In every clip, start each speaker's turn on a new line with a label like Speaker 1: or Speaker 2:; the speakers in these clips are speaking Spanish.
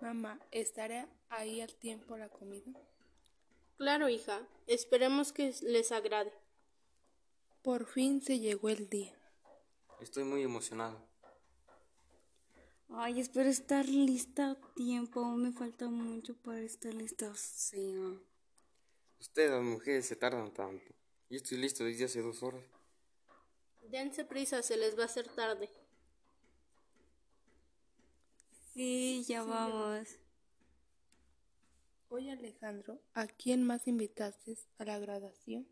Speaker 1: Mamá, ¿estará ahí al tiempo la comida?
Speaker 2: Claro, hija. Esperemos que les agrade.
Speaker 1: Por fin se llegó el día.
Speaker 3: Estoy muy emocionado.
Speaker 4: Ay, espero estar lista a tiempo. Aún me falta mucho para estar lista. O sea.
Speaker 3: Ustedes, las mujeres, se tardan tanto. Yo estoy listo desde hace dos horas.
Speaker 2: Dense prisa, se les va a hacer tarde.
Speaker 4: Sí, ya vamos.
Speaker 1: Oye, Alejandro, ¿a quién más invitaste a la graduación?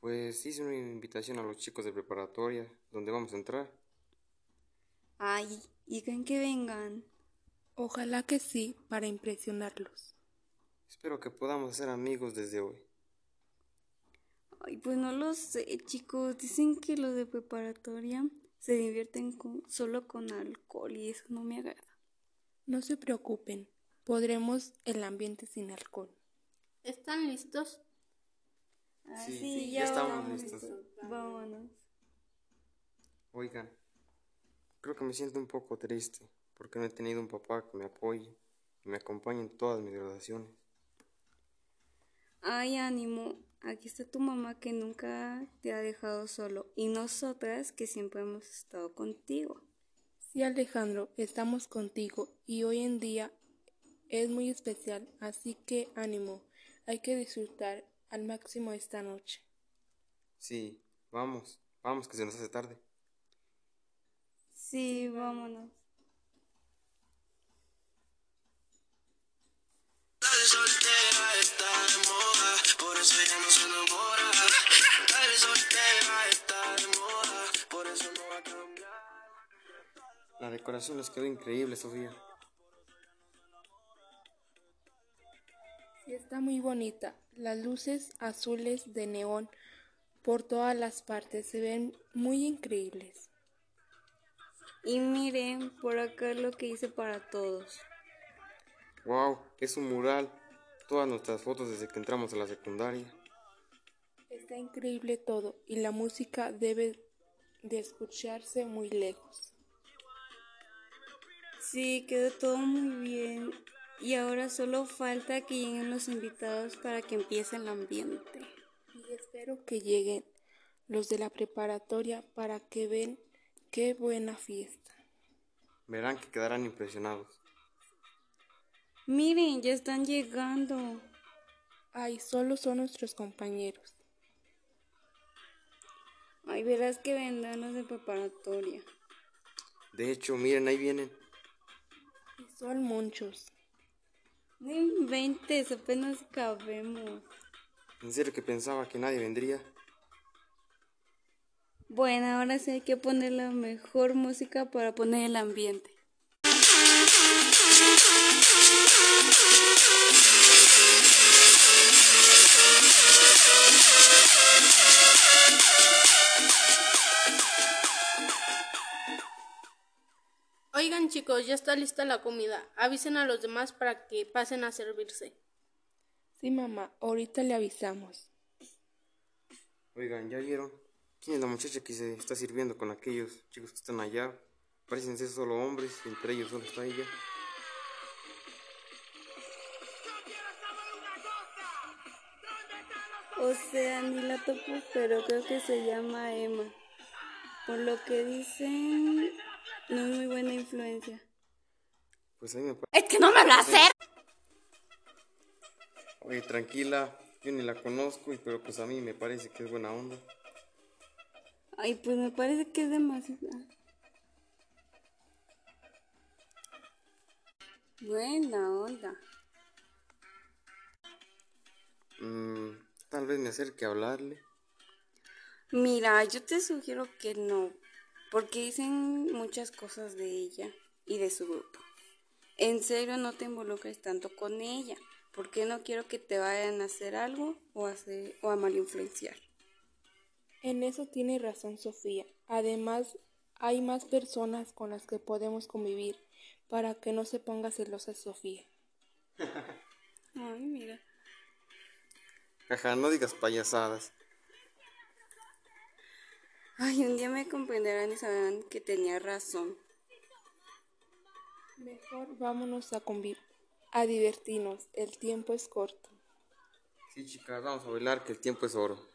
Speaker 3: Pues hice una invitación a los chicos de preparatoria, donde vamos a entrar.
Speaker 4: Ay, y con que vengan.
Speaker 1: Ojalá que sí, para impresionarlos.
Speaker 3: Espero que podamos ser amigos desde hoy.
Speaker 4: Ay, pues no lo sé, chicos. Dicen que los de preparatoria se divierten con- solo con alcohol y eso no me agrada.
Speaker 1: No se preocupen, podremos el ambiente sin alcohol.
Speaker 2: ¿Están listos?
Speaker 4: Ah,
Speaker 3: Sí, sí, ya estamos listos.
Speaker 4: Vámonos.
Speaker 3: Oigan, creo que me siento un poco triste porque no he tenido un papá que me apoye y me acompañe en todas mis graduaciones.
Speaker 4: Ay, ánimo. Aquí está tu mamá que nunca te ha dejado solo y nosotras que siempre hemos estado contigo.
Speaker 1: Sí, Alejandro, estamos contigo y hoy en día es muy especial, así que ánimo, hay que disfrutar al máximo esta noche.
Speaker 3: Sí, vamos, vamos que se nos hace tarde.
Speaker 4: Sí, vámonos.
Speaker 5: Tal soltera está de moda, por eso ella no se enamora. Tal soltera está de moda, por eso no va a cambiar.
Speaker 3: La decoración les quedó increíble, Sofía.
Speaker 1: Sí, está muy bonita, las luces azules de neón por todas las partes se ven muy increíbles.
Speaker 4: Y miren por acá lo que hice para todos.
Speaker 3: ¡Wow! Es un mural. Todas nuestras fotos desde que entramos a la secundaria.
Speaker 1: Está increíble todo y la música debe de escucharse muy lejos.
Speaker 4: Sí, quedó todo muy bien. Y ahora solo falta que lleguen los invitados para que empiece el ambiente.
Speaker 1: Y espero que lleguen los de la preparatoria para que ven qué buena fiesta.
Speaker 3: Verán que quedarán impresionados.
Speaker 4: Miren, ya están llegando.
Speaker 1: Ay, solo son nuestros compañeros.
Speaker 4: Ay, verás que vendrán los de preparatoria.
Speaker 3: De hecho, miren, ahí vienen.
Speaker 1: Y son muchos.
Speaker 4: No inventes, apenas cabemos.
Speaker 3: En serio que pensaba que nadie vendría.
Speaker 4: Bueno, ahora sí hay que poner la mejor música para poner el ambiente.
Speaker 2: Oigan, chicos, ya está lista la comida. Avisen a los demás para que pasen a servirse.
Speaker 1: Sí, mamá, ahorita le avisamos.
Speaker 3: Oigan, ¿ya vieron? ¿Quién es la muchacha que se está sirviendo con aquellos chicos que están allá? Parecen ser solo hombres y entre ellos solo está ella.
Speaker 4: O sea, ni la topo, pero creo que se llama Emma. Por lo que dicen, no es muy buena influencia.
Speaker 3: Pues a mí me parece...
Speaker 4: ¡Es que no me lo hacer!
Speaker 3: Oye, tranquila, yo ni la conozco, y- pero pues a mí me parece que es buena onda.
Speaker 4: Ay, pues me parece que es demasiado. Buena onda.
Speaker 3: Mm, tal vez me acerque a hablarle.
Speaker 4: Mira, yo te sugiero que no, porque dicen muchas cosas de ella y de su grupo. En serio, no te involucres tanto con ella, porque no quiero que te vayan a hacer algo o, hacer, o a malinfluenciar.
Speaker 1: En eso tiene razón Sofía. Además, hay más personas con las que podemos convivir para que no se ponga celosa Sofía.
Speaker 4: Ay, mira.
Speaker 3: Ajá, no digas payasadas.
Speaker 4: Ay, un día me comprenderán y sabrán que tenía razón.
Speaker 1: Mejor vámonos a convivir, a divertirnos, el tiempo es corto.
Speaker 3: Sí, chicas, vamos a bailar que el tiempo es oro.